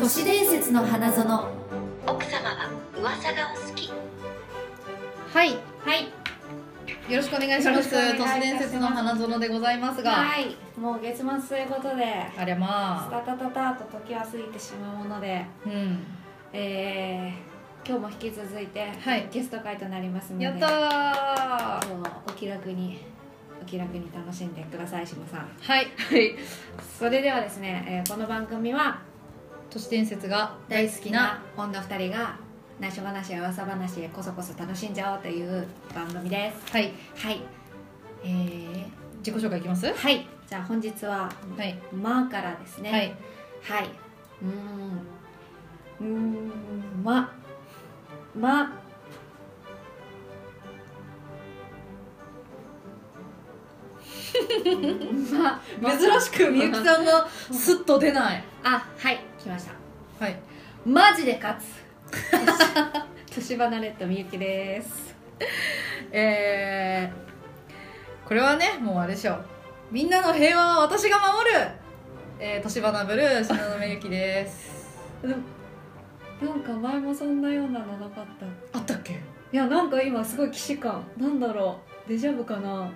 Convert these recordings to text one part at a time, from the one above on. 都市伝説の花園は奥様は噂がお好きはい、よいろしくお願いします。よろしくお願いいたし都ます市伝説の花園でございますが、はいもう月末ということでありゃスまあ、タタタタと時は過ぎてしまうもので、うん、えー、今日も引き続いて、はいゲスト会となりますのでやったー、は今日はお気楽にお気楽に楽しんでください志麻さんい、はい、それではですね、えーこの番組は都市伝説が大大好好ききなな女2人が内緒話や噂話へこそこそ楽しんじゃおうという番組ではい、すはいえー、自己紹介いきます。ははいじゃあ本日は、い、まあからですねはい、はいうーんうーんま ま珍しくみゆきさんがスッと出ない。あはい来ましたはい、マジで勝 つ年離れとみゆきですえー、これはね、もうあれでしょう。みんなの平和は私が守る。えー、年花ブルー、篠宮ゆきです。なんか前もそんなようなのなかったいあったっけ。やなんか今すごい既視感なんだろうデジャブかな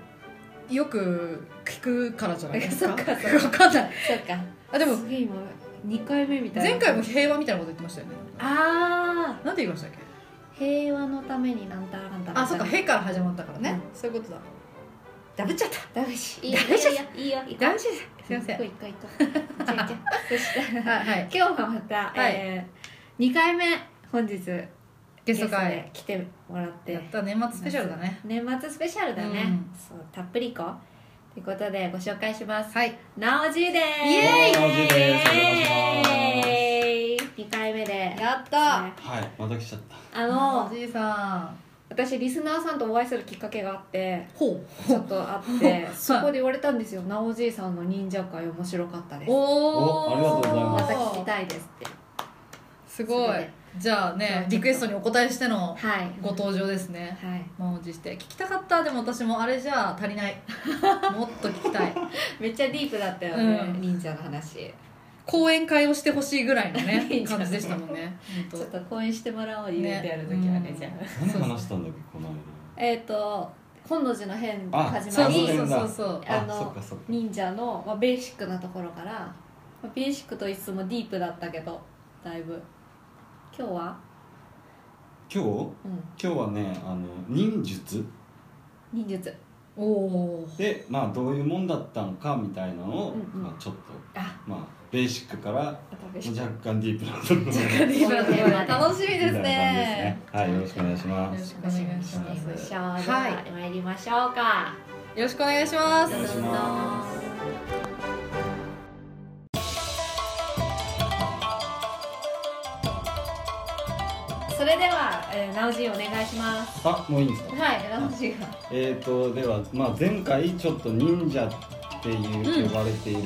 よく聞くからじゃないですか。そっかそっかわかんない。そうかあ、でもすげえ今2回目みたいな前回も平和みたいなこと言ってましたよねああなんて言いましたっけ平和のためになんたらかんたらあそっか「へへ」から始まったからね、そういうことだダブっちゃっただめしいいよダメじゃんいいよいいよダブっちゃったすいません行こう行こう行こうじゃあじゃあそしてはい、はい、今日はまた、はいえー、2回目本日ゲゲスストト会で来てもらってやった年末スペシャルだね年末スペシャルだね、うんそうたっぷりいこうということでご紹介しますはいなおじいですイエーイなおじいですお邪2回目でやっねはい、また来ちゃった。あおのじいさん私リスナーさんとお会いするきっかけがあってほちょっとあってそこで言われたんですよ「なおじいさんの忍者会面白かったです」おおありがとうございままた聞きいたいですってすごいじゃあねリクエストにお答えしてはのいご登場ですねはい満を持して聞きたかったでも私もあれじゃ足り ないもっと聞きたいめっちゃディープだったよね、うん忍者の話講演会をしてほしいぐらいのいいねんじゃ感ないじでしたもんねち本ょっ当と講演してもらおうイベントやるときはねねじゃあ何話したんだっけ、このえっ、と本能寺の変が間。始そまうりそうそうそうああ、のそっかそっか。忍者の、まあ、ベーシックなところから、まあ、ベーシックと言いつつもディープだったけどだいぶ今日は、うん、今日、今日はね、あの忍術忍術おおーで、まあ、どういうもんだったのかみたいなのを、うんうんまあ、ちょっと。あまあ、ベーシックから、またベーシック若干ディープな ところ。みたい楽しみですな感じですねね。はい、よろしくお願いしまよろすし。くお願いし行きまますしょうではいは参りましょうかよろしくお願いしまお願いすしまそれでは、えー、なおじいお願いしますあ、もういいんですか。はいなおじいがえー、とでは、まあ、前回ちょっと忍者っていう呼ばれている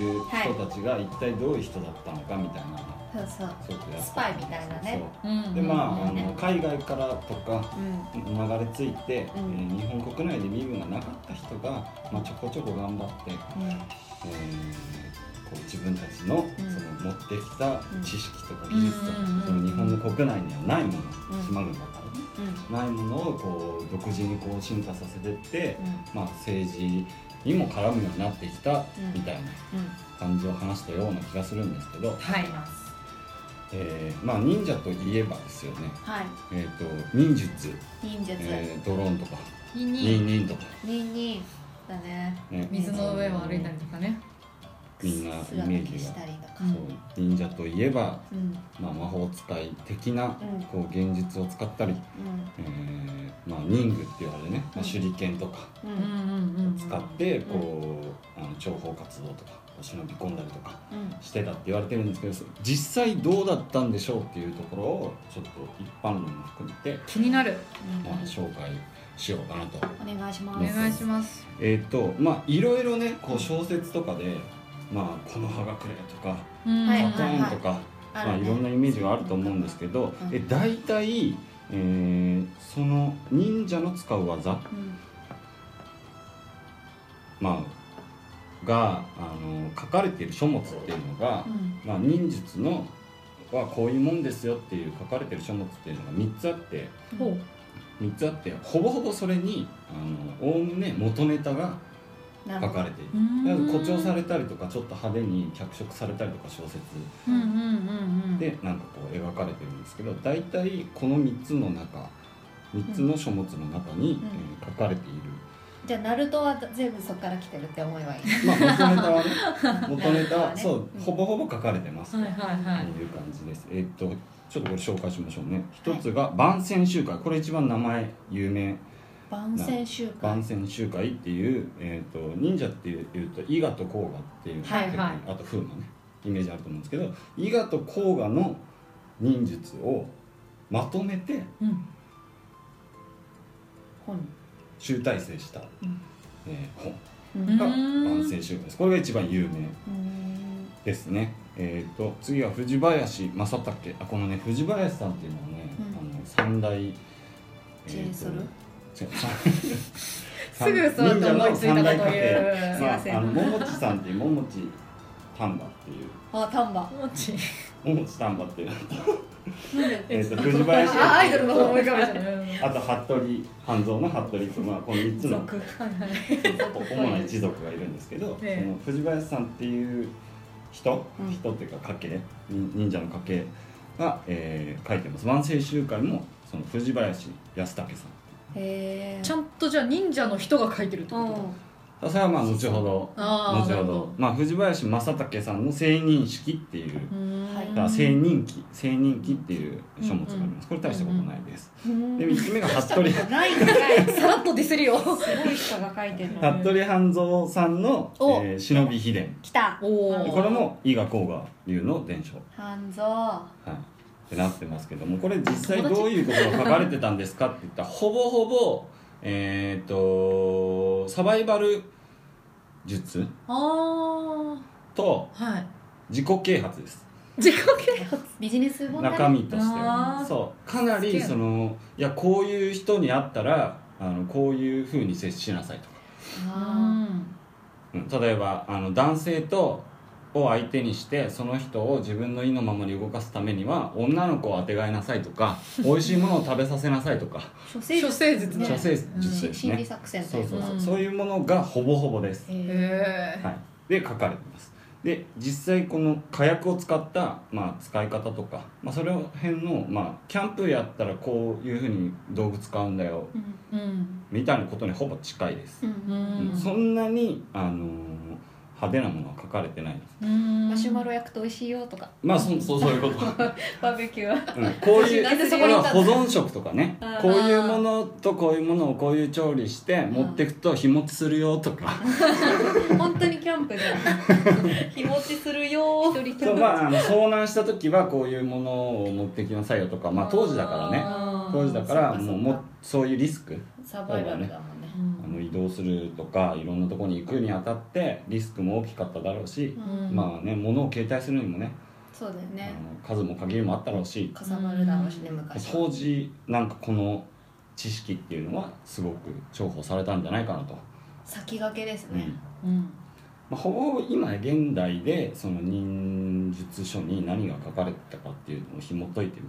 人たちが一体どういう人だったのかみたいな、そうそうそういうことやったスパイみたいなねうんうそんうでまあ,、うんあの海外からとかうん流れ着いて、うんえー日本国内で身分がなかった人が、まあ、ちょこちょこ頑張って、うんえーこう自分たちの,、うんその持ってきた知識とか技術とか、うんその日本の国内にはないもの、うん島国だからねないものをこう独自にこう進化させてって、うまあ、政治にも絡むようになってきたうんみたいなんうん感じを話したような気がするんですけど、はいえーまあ、忍者といえばですよね、はいえー、と忍術、忍術えードローンとかいに忍忍とか、忍忍だねね、水の上を歩いたりとかねみんな素がイメージしがた。りとかそう忍者といえば、うんうんまあ、魔法使い的なうんこう現実を使ったり、えーまあ、忍具って言われるね、まあ、手裏剣とかううんうんんうん使ってこう、あの諜報活動とかを忍び込んだりとかうんしてたって言われてるんですけどそ実際どうだったんでしょうっていうところをちょっと一般論も含めて、気になるまあ、紹介しようかなと。お願いしおます願いしますえっ、とまあいろいろねこう小説とかで「まあ、この葉がくれ」とかうんは「いパはコーン」とか、あまあ、るいねろんなイメージがあると思うんですけど、うんえ大体、えーその忍者の使う技、うんまあ、があの書かれている書物っていうのが、うんまあ、忍術の、はこういうもんですよっていう書かれてる書物っていうのが3つあってほう3つあってほぼほぼそれにおおむね元ネタがなるほ書どかれている。うんだから誇張されたりとかちょっと派手に脚色されたりとか小説うんうんうんうんでなんかこう描かれてるんですけど大体この3つの中3つの書物の中んに、えー書かれている、じゃあナルトは全部そこから来てるって思えばいいまあ元ネタはね元ネタなるほどはねそううんほぼほぼ書かれてますはいとはいはいいう感じですえーっとちょっとこれ紹介しましょうね一つが番宣集会これ一番名前有名番宣集会番宣集会っていう、えー、と忍者っていういうと伊賀と甲賀っていう、はいはいあと風磨ねイメージあると思うんですけど伊賀と甲賀の忍術をまとめてうん本集大成した、んえー本うんうんが番宣集会ですこれが一番有名うんですねえー、と次は藤林正武あこのね藤林さんっていうのはね、うあの三大ジェイ ソルえーとすぐそうやって思いついたこと言忍者の三大す家庭いうまませんあ、あのももちさんっていうももち丹波っていうあ丹波もちももち丹波っていうなんでえーと藤林あアイドルの方思い浮かべちゃうあと服部半蔵の服部とまあこの3つの族はいはい主な一族がいるんですけど、ええその藤林さんっていう人、うん人っていうか家系忍忍者の家系が、えー書いてます万世集会もその藤林康武さんへえちゃんとじゃあ忍者の人が書いてるってことだうんあそれはまあ後ほどあ後あなるほほどど、まあ、藤林正武さんの「聖人式」っていう、うーはいんだから聖人記聖人記っていう書物があります、これ大したことないです、うんで3つ目が服部ないんかいすさらっとディスりよごい人が書いてるの服部半蔵さんの「おえー忍び秘伝来たおお」ーこれも伊賀甲賀流の伝承半蔵はい、ってなってますけどもこれ実際どういうことが書かれてたんですかって言ったらほぼほぼえっ、とサバイバル術あとあはい自己啓発です自己啓発ビジネス本だね中身としてあーそうかなりそのいやこういう人に会ったらあのこういうふうに接しなさいとか、あうん、例えばあの男性とを相手にしてその人を自分の意のままに動かすためには女の子をあてがいなさいとか美味しいものを食べさせなさいとかー処世処世術ね女性術しです心ね理作戦とそいううそうそう、うんそういうものがほぼほぼです、へーへえはい、で書かれてますで実際この火薬を使った、まあ、使い方とか、まあ、それ辺の、まあ、キャンプやったらこういうふうに道具使うんだようんうんみたいなことにほぼ近いですう、うんうんんそんなに、あのー派手なものは書かれてないですうんマシュマロ焼くと美味しいよとかまあそそうそういうこと、 うバーベキューはん、こういうなんでそここにれいたはんだ保存食とかねあーこういうものとこういうものをこういう調理して持ってくと日持ちするよとか本当にキャンプじゃん日持ちするよ一人キャそンうプまあ、あの遭難した時はこういうものを持ってきなさいよとか、まあ、当時だからねあー当時だからそっもうそっもうそういうリスクサバイバルだもんねあの移動するとかいろんなところに行くにあたってリスクも大きかっただろうし、うんまあね物を携帯するにもねそうだよあねの数も限りもあったろうしかさばるだろうしね昔は当時なんかこの知識っていうのはすごく重宝されたんじゃないかなと。先駆けですうんねうんまあ、ほぼ今現代でその忍術書に何が書かれてたかっていうのを紐解いてみ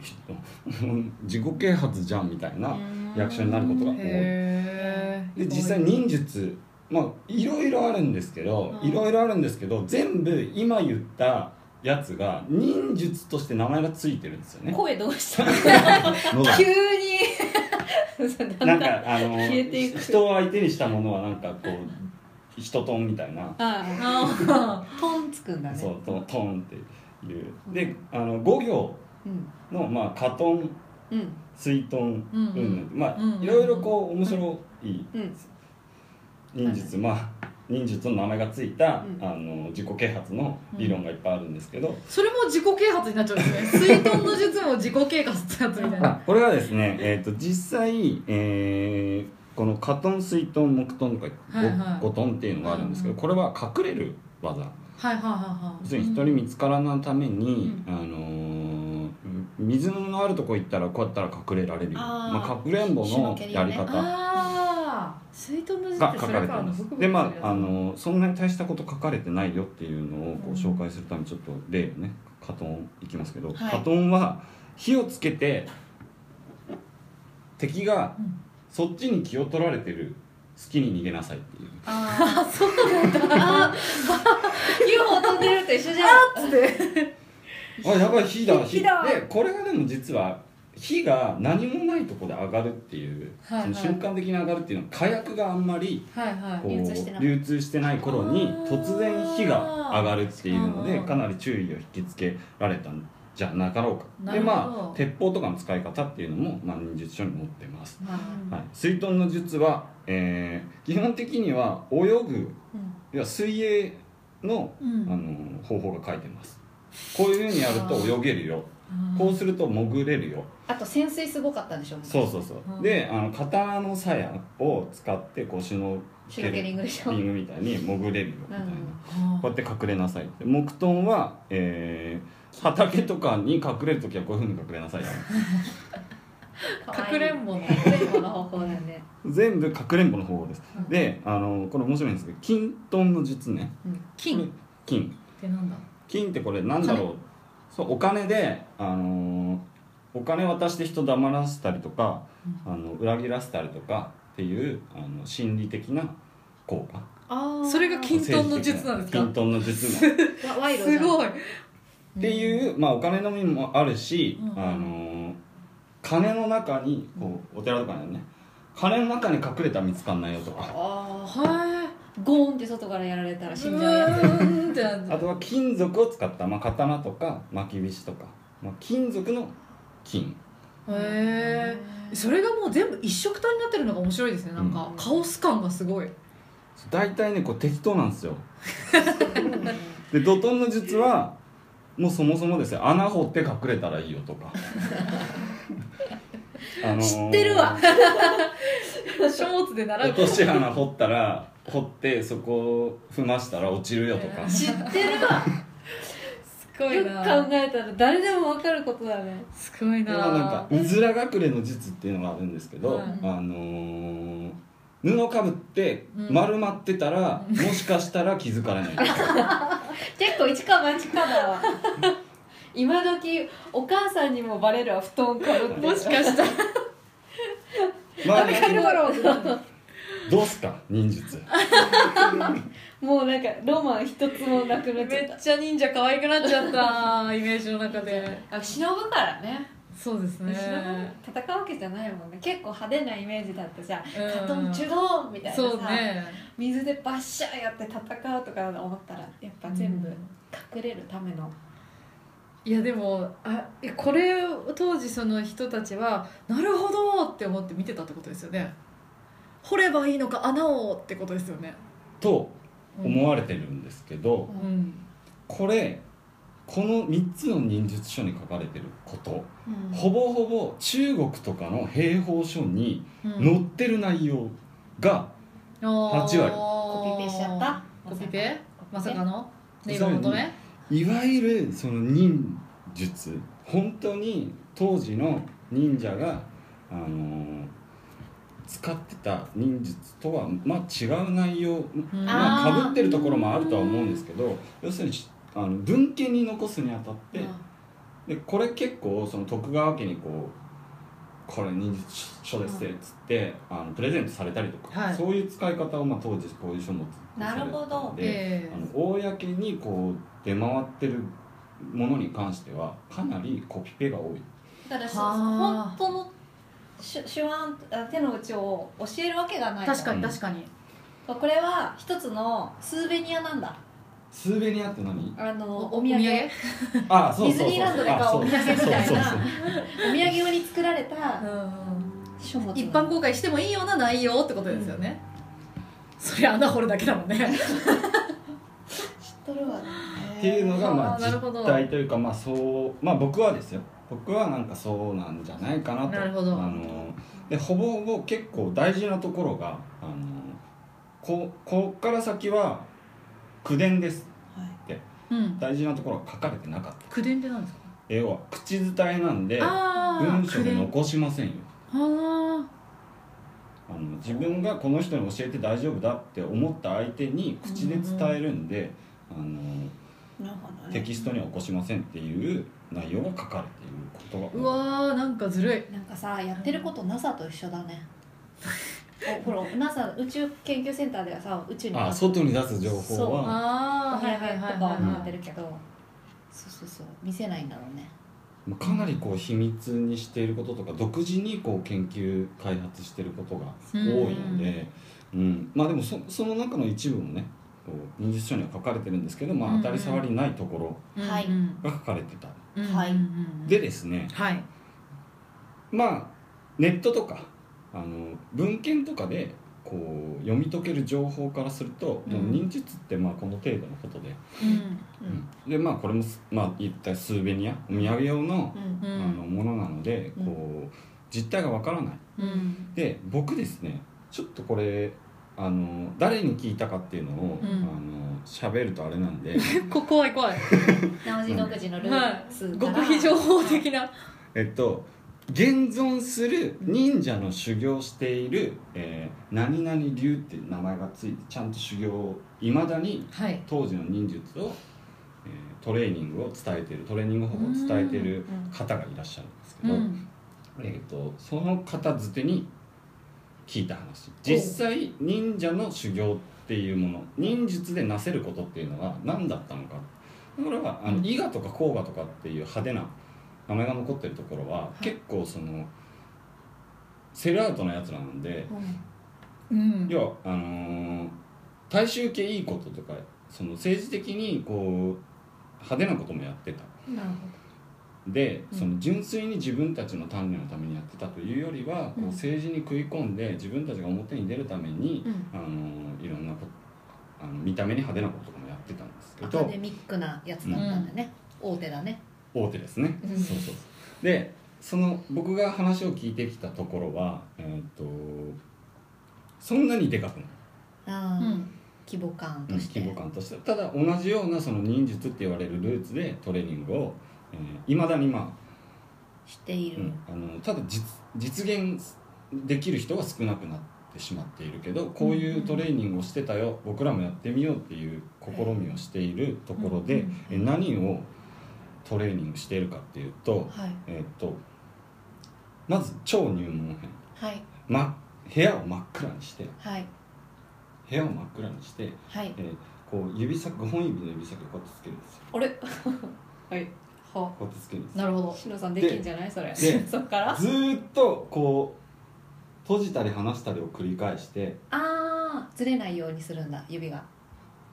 ると 自己啓発じゃんみたいな役者になることが多いでへえ実際忍術まあいろいろあるんですけどうんいろいろあるんですけど全部今言ったやつが忍術として名前がついてるんですよね。声どうしたのが急に なんかあの消えていく人を相手にしたものはなんかこう人とんみたいなあああトンつくんだねそうトントンっていうであの5行うんの、まあ、カトンうん水遁うんうんまあ、うんいろいろこう面白いうん忍術、まあ忍術の名前がついた、うんあの自己啓発の理論がいっぱいあるんですけど、それも自己啓発になっちゃうんですね水遁の術も自己啓発ってやつみたいなあこれがですね、えー、と実際、えーこのカトン水遁木遁とかはいはい五遁っていうのがあるんですけど、うんこれは隠れる技はいはいはいはい要するに人に見つからないために、あのー水のあるとこ行ったらこうやったら隠れられるよあーまあ、かくれんぼシュノのケルやよりね方ああ水遁の術っがて書そかれれてかまのす北部でまああのそんなに大したこと書かれてないよっていうのをこううん紹介するためにちょっと例をねカトンいきますけど、はいカトンは火をつけて敵がうんそっちに気を取られてる隙に逃げなさいっていうあー 湯を飛んでると一緒じゃんつってあやばい火だ火だでこれがでも実は火が何もないとこで上がるっていう、はいはいその瞬間的に上がるっていうのは火薬があんまりはいはこう流通してなかった流通してない頃にあー突然火が上がるっていうのうんでうんかなり注意を引きつけられたんじゃなかろうかなでるほどまあ鉄砲とかの使い方っていうのも、まあ、忍術書に載ってます、いはいはい、水遁の術は、えー基本的には泳ぐうんいや水泳のうあんの方法が書いてますこういうふうにやると泳げるよこうすると潜れるよあと潜水すごかったんでしょそうそうそう、うんであの刀の鞘を使ってこうシュノシュノーケリングでしょリングみたいに潜れるよみたいな、うんあこうやって隠れなさいって木遁は、えー畑とかに隠れる時はこういうふうに隠れなさいよーかくれんぼのかくれんぼの方法だよね全部かくれんぼの方法です、うんであのこれ面白いんですけど金遁の術ね金っ金てなんだ金ってこれなんだろうそうお金で、あのーお金渡して人黙らせたりとか、あの裏切らせたりとかっていうあの心理的な効果あそれが金遁の術なんですか金遁の 術なんです賄賂すごいいっていう、まあ、お金の意味もあるし、うんあのー金の中にこうお寺とかにはね金の中に隠れたら見つかんないよとかああはゴーンって外からやられたらい死んじゃうやーんってなあとは金属を使った、まあ、刀とか巻き菱とか、まあ、金属の金へえつそれがもう全部一色単になってるのが面白いですねなんか、うんカオス感がすごい大体ねこう適当なんですよ うんで怒涛の術はもうそもそもですよ穴掘って隠れたらいいよとかあのー知ってるわ書物で習う落とし穴掘ったら掘ってそこを踏ましたら落ちるよとか知ってるわすごよいく考なえたら誰でも分かることだねすごいでなもなんかうずら隠れの術っていうのがあるんですけど、はいあのー布かぶってうん丸まってたら、もしかしたら気づかれないとか結構一か八かだわ今時お母さんにもバレるわ布団かぶってもしかしたらまあ誰かだろうどうすか忍術 もうなんかロマン一つもなくなっちめゃっっちゃ忍者可愛くなっちゃったイメージの 中でたあ忍ぶからねそうです忍ぶね戦うわけじゃないもんね結構派手なイメージだったじゃんうんカトンチュドーンみたいなさ、そうね水でバッシャーやって戦うとか思ったらやっぱ全部隠れるための、いやでもあえこれを当時その人たちはなるほどって思って見てたってことですよね掘ればいいのか穴をってことですよねとうん思われてるんですけど、うんこれこの3つの忍術書に書かれてること、ほぼほぼ中国とかの兵法書にうん載ってる内容が、 8 8割コピペしちゃったコピペまさコピペかのねネイバー求めいわゆるその忍術本当に当時の忍者が、あのー使ってた忍術とは、まあ、違う内容うんまああーかぶってるところもあるとは思うんですけど要するにしあの文献に残すにあたって、でこれ結構その徳川家にこう「これ忍術書ですって」っつって、あのプレゼントされたりとか、はいそういう使い方を、まあ、当時こういう書物なるほどされてたので、えあの公にこう出回ってるものに関してはかなりコピペが 多いだからそはあ本当の手手腕あ手の内を教えるわけがなえい確かうにん確かにこれは一つのスーベニアなんだスーベニアって何あのお土お産土産あそうそうそうディズニーランドで買うあそうお土産みたいなそうそうそおう土産用に作られたうん書物一般公開してもいいような内容ってことですよねそりゃ穴掘るだけだもんね知っとるわっていうのがまああーなるほど実態というかまあそうまあ僕はですよ僕はなんかそうなんじゃないかなとなるほどあのでほぼほぼ結構大事なところがあのここっから先は口伝ですうん大事なところは書かれてなかった口伝ってなんですか要は口伝えなんであー文章口で伝残しませんよああの自分がこの人に教えて大丈夫だって思った相手に口で伝えるんで、あのなるほどテねキストには起こしませんっていう内容が書かれていることがうわーなんかずるいなんかさやってること NASA と一緒だ ねおほら NASA 宇宙研究センターではさ宇宙にあ外に出す情報はああははいいはいはいとかはなっはているけど、そうそうそう見せないんだろうねまあかなりこう秘密にしていることとか独自にこう研究開発していることが多いので、うんまあでもそその中の一部もねこう忍術書には書かれてるんですけど、まあ、当たり障りないところうんはいうんが書かれてた、うんはいうんうんでですねはいまあネットとかあの文献とかでこう読み解ける情報からすると、うんもう忍術ってまあこの程度のことで、うんうんでまあこれもす、まあ、言ったスーベニアお土産用の,、うんうあのんものなのでうんこう実態がわからないうんで僕ですねちょっとこれあの誰に聞いたかっていうのを、うんあの喋るとあれなんで こ怖い怖いなおじ独自のルはーいツから極秘情報的なえっと現存する忍者の修行をしている、えー何々流って名前がついてちゃんと修行をいまだにはい当時の忍術を、えートレーニングを伝えてるトレーニング方法を伝えてるうんうん方がいらっしゃるんですけうど、んえー、とその方づてに聞いた話実際忍者の修行っていうもの忍術でなせることっていうのは何だったのかこれはあの伊賀とか甲賀とかっていう派手な名前が残ってるところは、い結構そのセルアウトなやつらなんで、うん要はあのー大衆受けいいこととかその政治的にこう派手なこともやってたうんなるほでうんその純粋に自分たちの鍛錬のためにやってたというよりは、こうんう政治に食い込んで自分たちが表に出るために、ど、あのいろんなことあの見た目に派手なこととかもやってたんですけアカどデミックなやつだったんだね、大手だね大手ですね、うんそうそうそうでその僕が話を聞いてきたところは、えーっとそんなにでかくない、あうーん規模感うんとして規模感としてただ同じようなその忍術って言われるルーツでトレーニングをいま、未だにまあしている、うん、あのただ実実現できる人が少なくなってしまっているけどこういうトレーニングをしてたよ僕らもやってみようっていう試みをしているところで、え何をトレーニングしているかっていうと,、はいえっとまず超入門編、はいま、部屋を真っ暗にしてはい部屋を真っ暗にして、はいえーこう指先5本指の指先をこうやってつけるんですよあれ はいはこうやってつけるんですよなるほどしのさんできんじゃないそれでそっからあずーっとこう閉じたり離したりを繰り返してあーずれないようにするんだ指が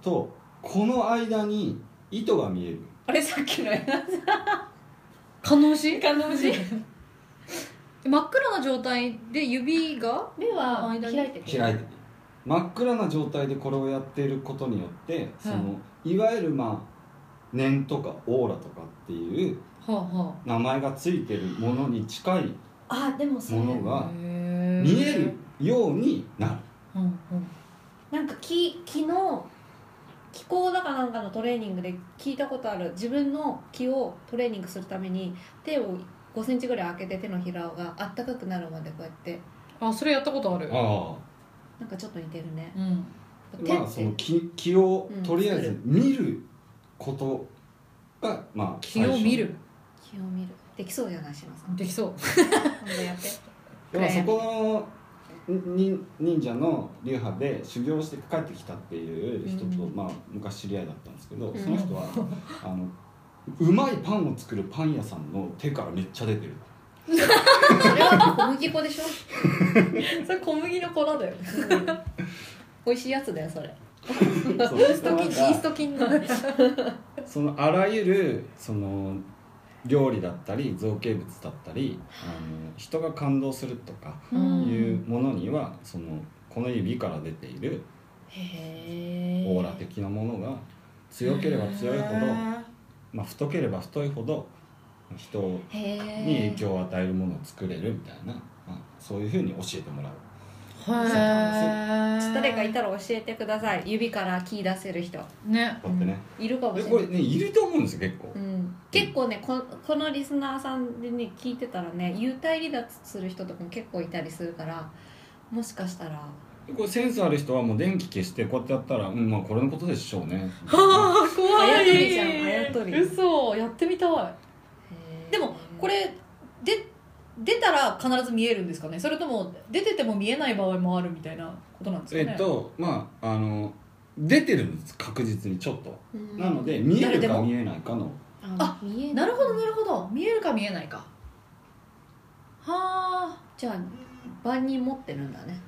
とこの間に糸が見えるあれさっきのや可能し感動し真っ暗な状態で指が目は間に開いてて開いてる真っ暗な状態でこれをやっていることによってそのいわゆるまあ念とかオーラとかっていうはあは名前がついてるものに近いあでもそれものあがへー見えるようになるうんうんなんかき気の気候だかなんかのトレーニングで聞いたことある自分の気をトレーニングするために手を5センチぐらい開けて手のひらがあったかくなるまでこうやってあそれやったことあるあなんかちょっと似てるねうん手まあっそての気気をうんとりあえず見ることがまあ気を見る気を見るできそうじゃないしますできそう今度やってでもそこのに忍者の流派で修行して帰ってきたっていう人と、うんまあ、昔知り合いだったんですけど、うんその人はあのうまいパンを作るパン屋さんの手からめっちゃ出てるそれは小麦粉でし ょそれ小麦の粉だよ美味しいやつだよそれそ うイースト菌イースト菌だそのあらゆるその料理だったり造形物だったりあの人が感動するとかういんうものには、そのこの指から出ているへえオーラ的なものが強ければ強いほど、まあ、太ければ太いほど人をへえに影響を与えるものを作れるみたいな、まあ、そういうふうに教えてもらうへえ誰かいたら教えてください指から気出せる人ねこうやってね、いるかもしでれないこれねいると思うんですよ結構、うん、結構ねここのリスナーさんでね聞いてたらね幽体離脱する人とかも結構いたりするからもしかしたらこれセンスある人はもう電気消してこうやってやったら、うんまあ、これのことでしょうね はあ怖いあやとりじゃんあやとり嘘やってみたいでもこれで出たら必ず見えるんですかねそれとも出てても見えない場合もあるみたいなことなんですかえねっとまああの出てるんです確実にちょっとうんなので見え誰るでかも見えないかのあ見えなるほどねなるほど見えるか見えないかはあじゃあ万人持ってるんだね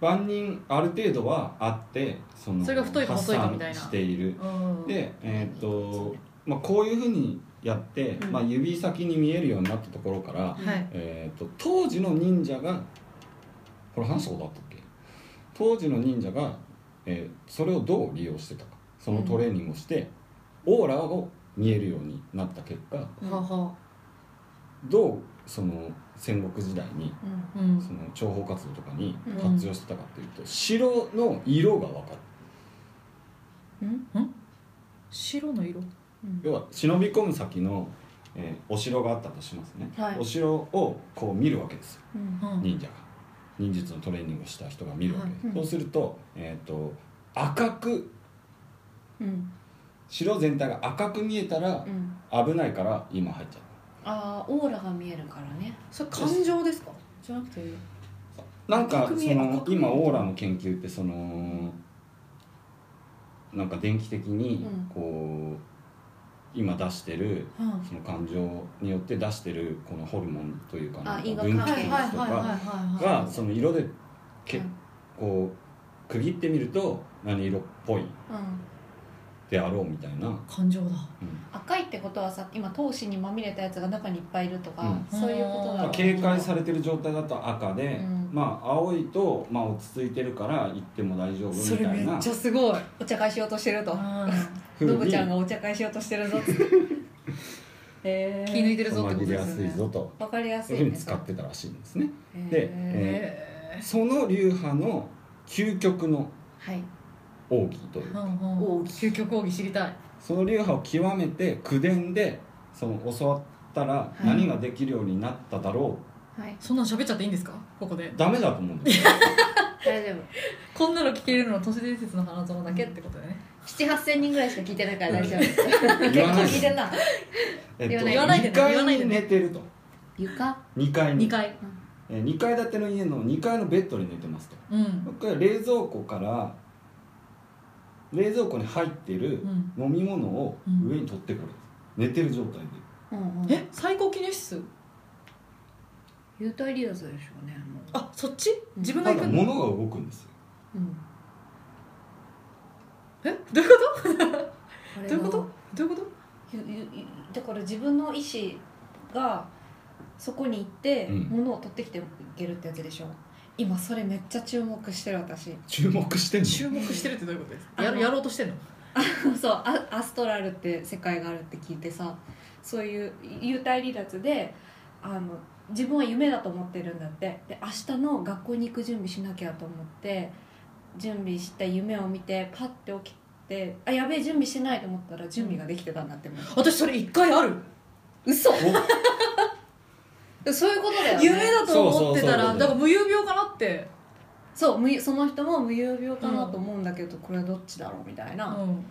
万人ある程度はあってそのそれが太いか細いかみたいな発散しているうんでえっと、まあ、こういうふうにやって、うんまあ、指先に見えるようになったところから、はいえっと当時の忍者がこれ話したことあったっけ当時の忍者が、えーそれをどう利用してたかそのトレーニングをして、オーラを見えるようになった結果うんはあはどうその戦国時代にうんあうんその諜報活動とかにうん活用してたかっていうと、城の色が分かる白の色要は忍び込む先の、えーお城があったとしますね、はいお城をこう見るわけですようんうん忍者が忍術のトレーニングをした人が見るわけ、はいそうすると,、えー、と赤くうん城全体が赤く見えたらうん危ないから今入っちゃあーオーラが見えるからねそれ感情ですかじゃなくてうなんか赤そく見え赤のく見え今オーラの研究ってそのなんか電気的にうんこう、今出してるはその感情によって出してるこのホルモンというかあなんか因果分あ関泌はい係はい物とはいかはいはがその色でけうんこう区切ってみると何色っぽいうんであろうみたいない感情だ赤いってことはさ今闘志にまみれたやつが中にいっぱいいるとか、うんそういうことだまあろう警戒されてる状態だと赤で、うんまあ青いと、まあ、落ち着いてるから行っても大丈夫そみれためいなっちゃすごいお茶会しようとして ると風ノブにちゃんがお茶会しようとしてるぞっつって へ気抜いえてるぞってこと紛れでやすすいよねぞとわかりやすそういいうふうねに使ってたらしいんですねへーでへえその流派の究極のはい奥義といううかんうん奥義究極奥義知りたいその流派を極めて口伝でその教わったらい何ができるようになっただろはいそんなん喋っちゃっていいんですかここでうダメだと思うんですよ 大丈夫こんなの聞けるのは都市伝説の花園だけってことだね7 8千人ぐらいしか聞いてないから大丈夫結言わ構ない聞いてんなえっと言わないで2階言わないでに寝てると床2階に2階えー二階建ての家の2階のベッドに寝てますとうん僕は冷蔵庫から冷蔵庫に入ってるうん飲み物を上に取ってこれ、寝てる状態でうんうんえ最高記念室幽体離脱でしょうねもうあそっち自分がた行くだんだ物が動くんですようんえどういうこあれとがどういうことどういうことゆゆゆだから自分の意思がそこに行ってうん物を取ってきていけるってやつでしょ、今それめっちゃ注目してる私 注目してん注目してるってどういうことですかやあのやろうとしてんのそうアアストラルって世界があるって聞いてさそういう幽体離脱であの自分は夢だと思ってるんだってで明日の学校に行く準備しなきゃと思って準備して夢を見てパッて起きてあやべえ準備してないと思ったら準備ができてたんだってもう、私それ1回ある嘘のそういうことだよね夢だと思ってたそうそうそうそうらだから無遊病かなってそう無その人も無有病かなと思うんだけど、これはどっちだろうみたいな、うん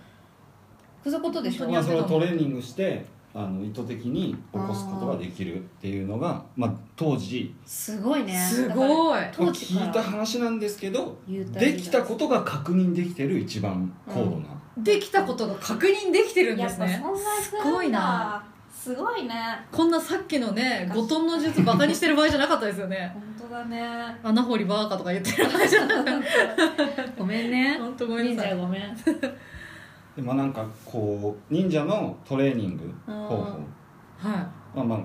そういうことでしょ本当おにまやあってそたのれをトレーニングしてあの意図的に起こすことができるっていうのがまあ、当時すごいねすだかごいらまあ当時か聞いたら話なんですけど幽体離で脱きたことが確認できてる一番高度な、できたことが確認できてるんでやっすぱね存在すするんだごいなすごいねこんなさっきのね五トンの術バカにしてる場合じゃなかったですよね本当だね穴掘りバーカとか言ってる場合じゃなかっごめんたね本当ごめん忍なさ者いごめんでまあなんかこう忍者のトレーニング方法、うんはまあまあ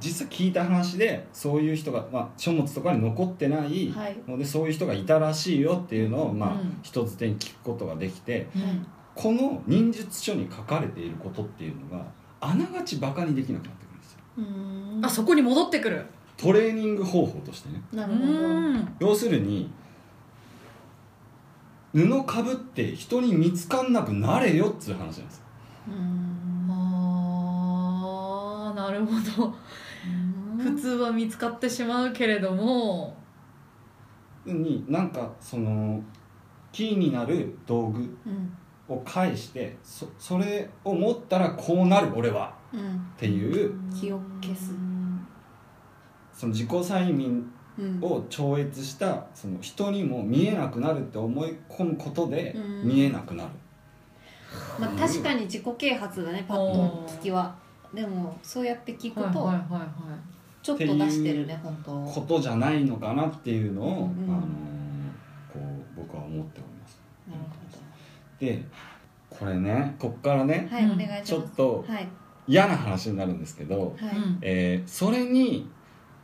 実際聞いた話でそういう人が、まあ、書物とかに残ってないはいので、そういう人がいたらしいよっていうのを、まあうん人づてに聞くことができてい、うんこの忍術書に書かれていることっていうのがあながちバカにできなくなってくるんですようんあそこに戻ってくるトレーニング方法としてねなうるほどん要するに布かぶって人に見つかんなくなれよっつう話なんですようんあーなるほど普通は見つかってしまうけれどもになんかそのキーになる道具うんを返してそそれを持ったらこうなる俺はうんっていう気を消すその自己催眠うんを超越したその人にも見えなくなるって思い込むことでうん見えなくなる、まあ確かに自己啓発だねパッと聞きはでもそうやって聞くはいとはいはいはいちょっと出してるね本当ことじゃないのかなっていうのを、うんあのこう僕は思っておりますなるでこれねこっからねほどはいおうん願いしますちょっとはい嫌な話になるんですけど、はいうんえーそれに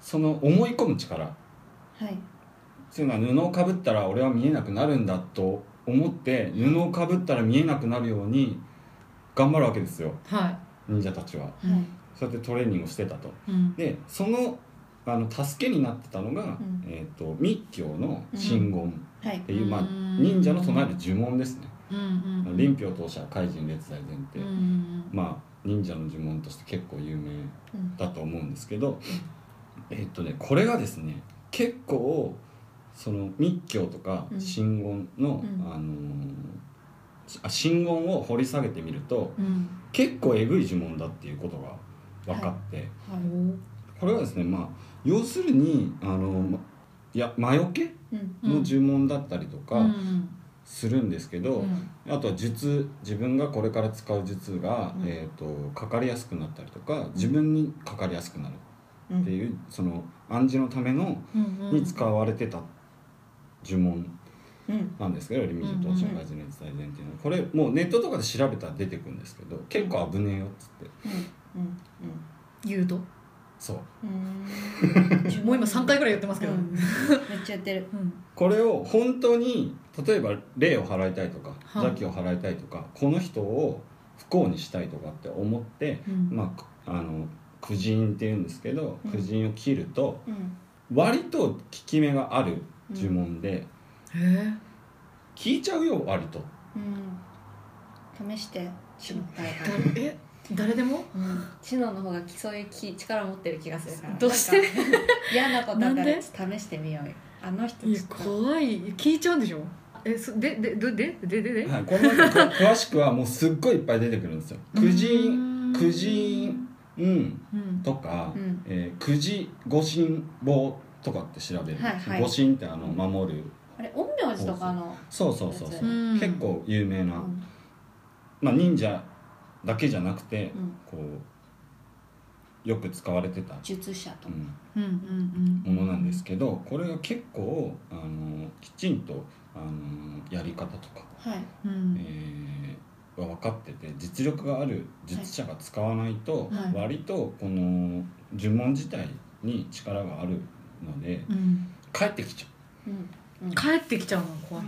その思い込む力はいそういうのは布をかぶったら俺は見えなくなるんだと思って布をかぶったら見えなくなるように頑張るわけですよは忍者たちはいうはいんそうやってトレーニングをしてたというんでそのあの助けになってたのが、んえー、と密教の真言はいっていう、まあうん忍者の唱える呪文ですねうんうんうん臨氷当社怪人列罪前う提、んうんまあ忍者の呪文として結構有名うんだと思うんですけど、えっとねこれがですね結構その密教とかうん真言の、うんあのーあ真言を掘り下げてみるとうん結構えぐい呪文だっていうことが分かって、これはですねまあ要するにあの、まいや魔除けうんの呪文だったりとうんかするんですけど、うんあとは術自分がこれから使う術が、うんえー、とかかりやすくなったりとか自分にかかりやすくなるうんっていう、その暗示のためのうんうんに使われてた呪文うんなんですけど「リミット・社会人伝伝」っていうのはこれもうネットとかで調べたら出てくるんですけど結構危ねえよっつってうん言うとそううんうんもう今3回ぐらい言ってますけうどんめっちゃやってるうんこれを本当に例えば霊を払いたいとかはい邪気を払いたいとかこの人を不幸にしたいとかって思ってうんまあくあの苦人っていうんですけどうん苦人を切るとうん割と効き目がある呪文でへえ「効いちゃうよ割と」うん試して心配が誰え誰でもうん知能の方がそういう気力を持ってる気がするから どうしなてんか嫌なことあったなんらで試してみようよあの人いちやょっと怖い聞いちゃうんでしょえそででどでででではい、この中こ詳しく はもうすっごいいっぱい出てくるんですよ。うくじん、んくじうんうんとか、うんえーくじ御神棒とかって調べる。はいはい御神ってあの守る。あれ陰陽師とかのそうそうそうそう。うん結構有名うな、んまあ忍者だけじゃなくて、うんこうよく使われてた、術者とうかんうんうんうんものなんですけど、これが結構あのきちんとあのやり方とか。はいうんえーは分かってて実力がある術者が使わないと、はい割とこの呪文自体に力があるのでうん帰ってきちゃうんうん帰ってきちゃうの怖い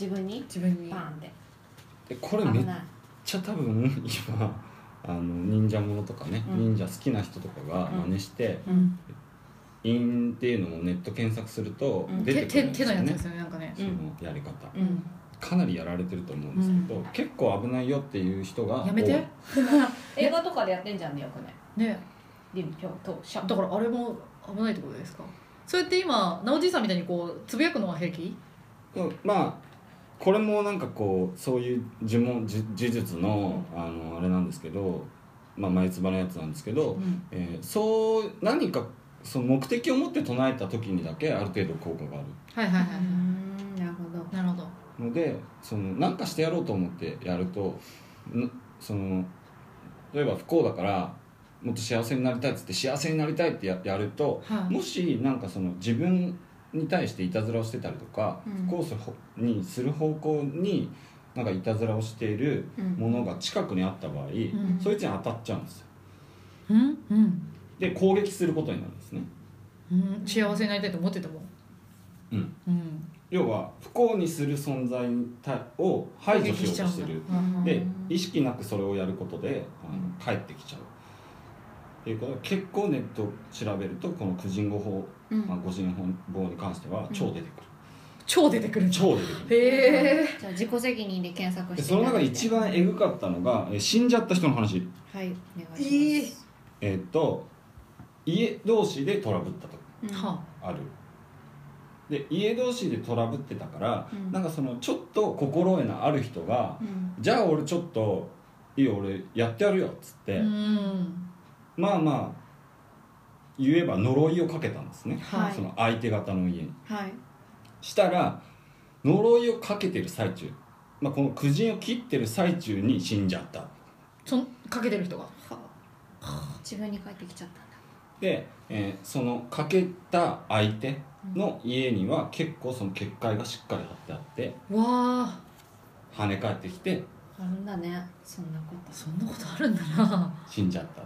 自分に自分にバーンでうでこれめ危っないちゃ多分今あの忍者ものとかね、うん忍者好きな人とかがうん真似してうん「陰、っていうのもネット検索するとうん出手てくる手んです手よのやつねです、よねなんかねそのやり方、うんかなりやられてると思うんですけど、結構危ないよっていう人がやめて多い映画とかでやってんじゃんねよくねね臨氷当社だからあれも危ないってことですかそうやって今なおじいさんみたいにこうつぶやくのは平気うんまあこれもなんかこうそういう呪文呪呪術のあのあれなんですけど、まあ、前つばのやつなんですけど、うんえーそう何かその目的を持って唱えた時にだけある程度効果があはいはいはいはういんなるほどなるほどるのでその何かしてやろうと思ってやるとんその例えば不幸だからもっと幸せになりたいっつって幸せになりたいってややるとはいもしなんかその自分に対していたずらをしてたりとか、うん不幸にする方向になんかいたずらをしているうんものが近くにあった場合、んそいつに当たっちゃうんですようんうんで攻撃することになるんですねうん幸せになりたいと思っててもうんうん要は不幸にする存在を排除しようとしてる攻撃しちゃうんだうんで意識なくそれをやることであの帰ってきちゃうっていうことが結構ネット調べるとこの「九人語法」うまあん「五人法」に関しては超出てくる、超出てくる超出てくるへえじゃあ自己責任で検索しでてその中でいただいて一番えぐかったのがえー死んじゃった人の話はいお願いしますいいえーっと家同士でトラブったとうんはあるで家同士でトラブってたから、うんなんかそのちょっと心得のある人が「じゃあ俺ちょっといいよ俺やってやるよ」っつって、うんまあまあ言えば呪いをかけたんですね、はいその相手方の家に。はいしたら呪いをかけてる最中、まあ、この苦人を切ってる最中に死んじゃったそんかけてる人が自分に帰ってきちゃったんだで、えーそのかけた相手の家には結構その結界がしっかり張ってあってわあ跳ね返ってきてあるんだねそんなことそんなことあるんだな死んじゃったっ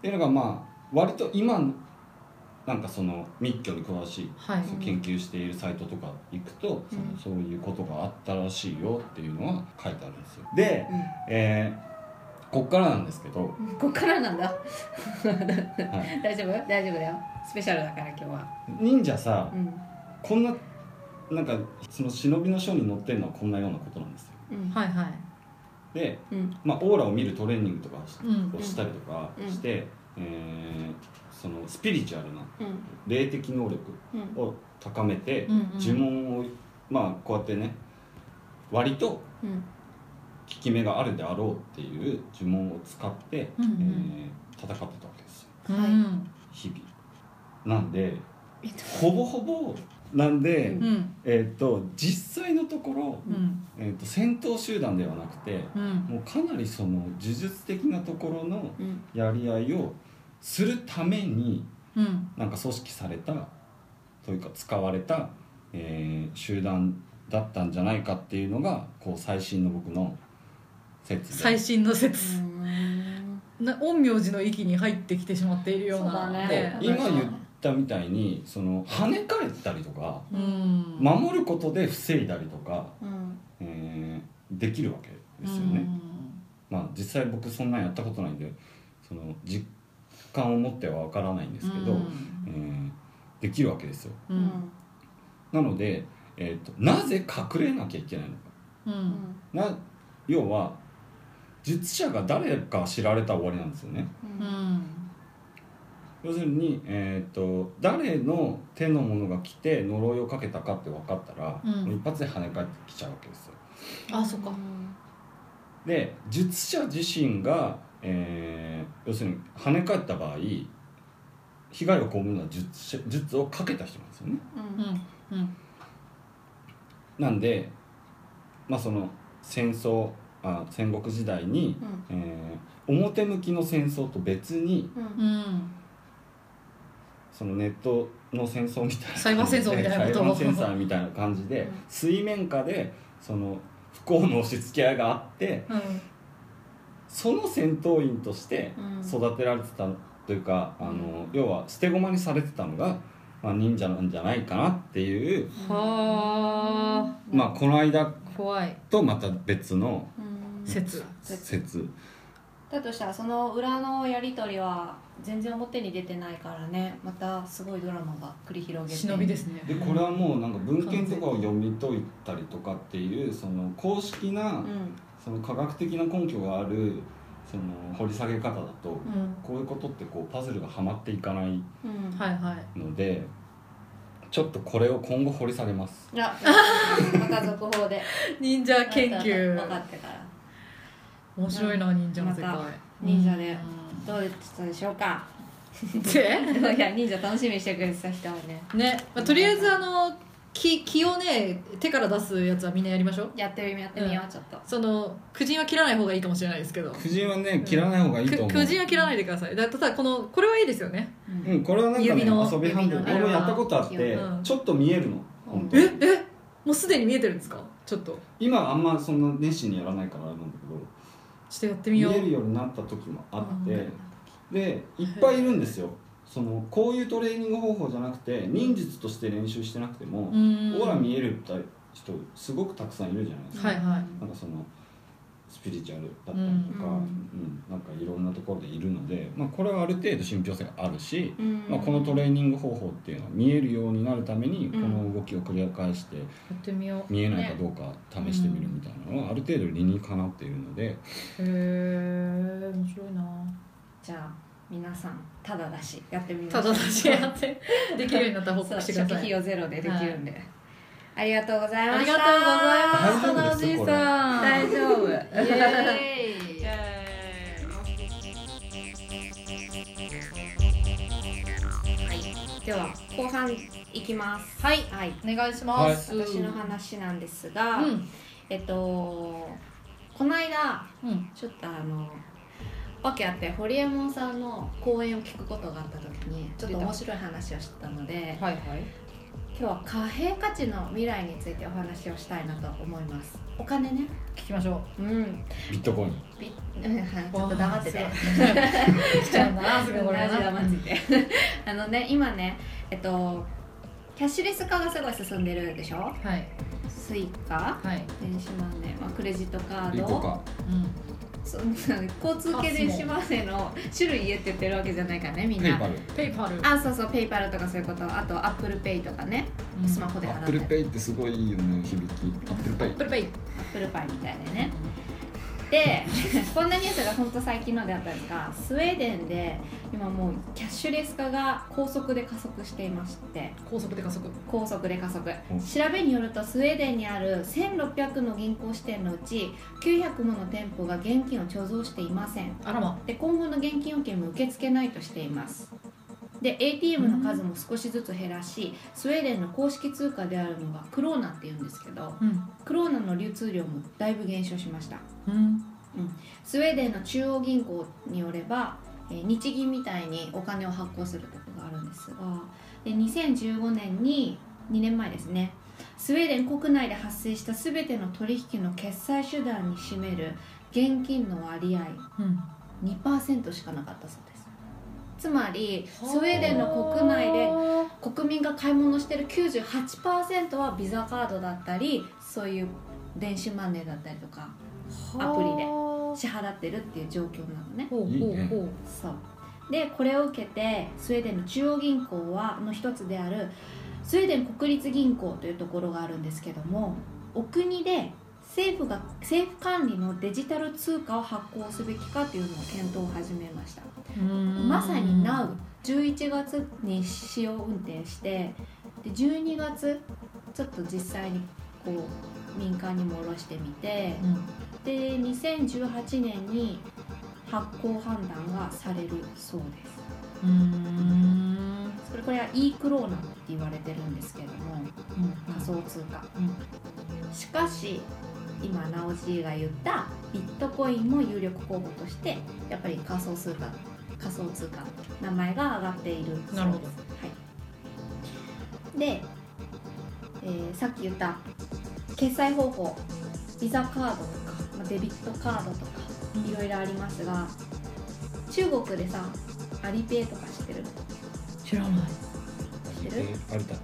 ていうのがまあ割と今のなんかその密教に詳しいはいそう研究しているサイトとか行くと、そのそういうことがあったらしいよっていうのは書いてあるんですよで、うんえーこっからなんですけど、こっからなん だはい大丈夫大丈夫だよスペシャルだから今日は忍者さうんこんななんかその忍びの書に載ってるのはこんなようなことなんですようんはいはいで、うんまあ、オーラを見るトレーニングとかをしうんをしたりとかして、えーそのスピリチュアルなうん霊的能力うんを高めてう、んうん呪文をまあこうやってね割とうん効き目があるであろうっていう呪文を使って、うんうんえー戦ってたわけですよはいうん日々なんでえっとほぼほぼなんで、うんうんえーっと実際のところ、うんえーっと戦闘集団ではなくてうんもうかなりその呪術的なところのうんやり合いをするためにうんなんか組織されたというか使われた、えー集団だったんじゃないかっていうのがこう最新の僕の説最で新の説うんな陰陽師の域に入ってきてしまっているようなそうだねで新今しい言ったみたいにその跳ね返ったりとかうん守ることで防いだりとか、うんえーできるわけですよね。まあ、実際僕そんなんやったことないんでその実感を持ってはわからないんですけど、うんえーできるわけですよううんんなので、えー、となぜ隠れなきゃいけないのかうんうんな要は術者が誰か知られたら終わりなんですよねううんん要するに、えー、と誰の手のものが来て呪いをかけたかって分かったら、うんもう一発で跳ね返ってきちゃうわけですよあそっかうんで術者自身が、えー要するに跳ね返った場合被害を被るのは術者術をかけた人なんですよねうんうんうんなんで、まあ、その戦争あ戦国時代に、えー表向きの戦争と別にうんうんそのネットの戦争みたいなサイバー戦争みたいなことサイバー戦争みたいな感じで、うん水面下でその不幸の押し付け合いがあってうんその戦闘員としてうん育てられてたというか、あの要は捨て駒にされてたのが、まあ、忍者なんじゃないかなっていう、はあまあ、この間怖いとまた別のうん説説だとしたらその裏のやり取りは全然表に出てないからねまたすごいドラマが繰り広げて忍びですねでこれはもうなんか文献とかを読み解いたりとかっていうその公式なうんその科学的な根拠があるその掘り下げ方だとうんこういうことってこうパズルがはまっていかないうんはいはいのでちょっとこれを今後掘り下げます。いやまた続報で忍者研分か究ってから面白いな忍者の世界また忍者でうんどうでしたでしょうかでいや忍者楽しみにしてくれてた人はねね、まあ、とりあえずあの気気をね手から出すやつはみんなやりましょうやってみようやってみよう、うちょっとその苦人は切らない方がいいかもしれないですけど夫人はね切らない方がいいと思う。く苦人は切らないでくださいだただこのこれはいいですよねうんうん、これはなんかね指の遊び半分指の俺もやったことあって、うんちょっと見えるの、うん本当ええもうすでに見えてるんですかちょっと今はあんまそんな熱心にやらないからあれなんだけどちょっとやってみ見ようえるようになった時もあって、うんでいっぱいいるんですよそのこういうトレーニング方法じゃなくて忍術として練習してなくても、うんオーラ見えるって人すごくたくさんいるじゃないですか、はいはいなんかそのスピリチュアルだったりとか、うんうんなんかいろんなところでいるので、まあ、これはある程度信憑性があるし、うんまあ、このトレーニング方法っていうのは見えるようになるためにこの動きを繰り返してやってみようへ見えないかどうか試してみるみたいなのはある程度理にかなっているのでえ面白いなじゃあ皆さんただだしやってみましょたうだ私やってできるようになったら報そう告して初くだ期さ費い用ゼロでできるんで、ありがとうございまありしたがとうございます大丈田夫ですさん大丈夫イエーイでは後半いきますはいはいお願いします、私の話なんですが、うんえっとこの間うんちょっとあの訳あって堀エモ門さんの講演を聞くことがあった時にちょっと面白い話をしてたのではいはい今日は貨幣価値の未来についてお話をしたいなと思いますお金ね聞きましょううんビットコインび はいちょっと黙ってて来ちゃうんだなすぐこれラジオなマジで あのね今ねえっとキャッシュレス化がすごい進んでるでしょはいスイカはい、電子マネー、まあ、クレジットカリーコドかうん、そう交通系電子マネーの種類言えって言ってるわけじゃないからねみんペイなパルペイパルあそうそうペイパルとかそういうことあとアップルペイとかねスマホで払アッっプたりルアッペイってすごいいいよね響きアップルペイプルペイプルパイみたいなねで こんなニュースが本当最近のであったんですがスウェーデンで今もうキャッシュレス化が高速で加速していまして高速で加速高速で加速うん調べによるとスウェーデンにある1600の銀行支店のうち900もの店舗が現金を貯蔵していませんあらまで今後の現金預金も受け付けないとしていますで ATM の数も少しずつ減らしスウェーデンの公式通貨であるのがクローナっていうんですけどうんクローナの流通量もだいぶ減少しましたうんスウェーデンの中央銀行によればえー日銀みたいにお金を発行するところがあるんですがで2015年に2年前ですねスウェーデン国内で発生した全ての取引の決済手段に占める現金の割合うん2%しかなかったそうですつまりスウェーデンの国内で国民が買い物してる98%はビザカードだったりそういう電子マネーだったりとかアプリで支払ってるっていう状況なのねほうほういいねほうそうでこれを受けてスウェーデンの中央銀行はの一つであるスウェーデン国立銀行というところがあるんですけどもお国で政府が政府管理のデジタル通貨を発行すべきかというのを検討を始めましたまさに Now11 月に試用運転してで12月ちょっと実際にこう民間にも下ろしてみてうんで2018年に発行判断がされるそうでうーんすこれこれは e クローナって言われてるんですけどもうん仮想通貨、うしかし今ナオジーが言ったビットコインも有力候補としてやっぱり仮想通貨仮想通貨名前が上がっているそうですなるほどはい、で、えーさっき言った決済方法ビザカードとかまあデビットカードとかいろいろありますが中国でさアリペイとか知ってる知らない知ってるあれだ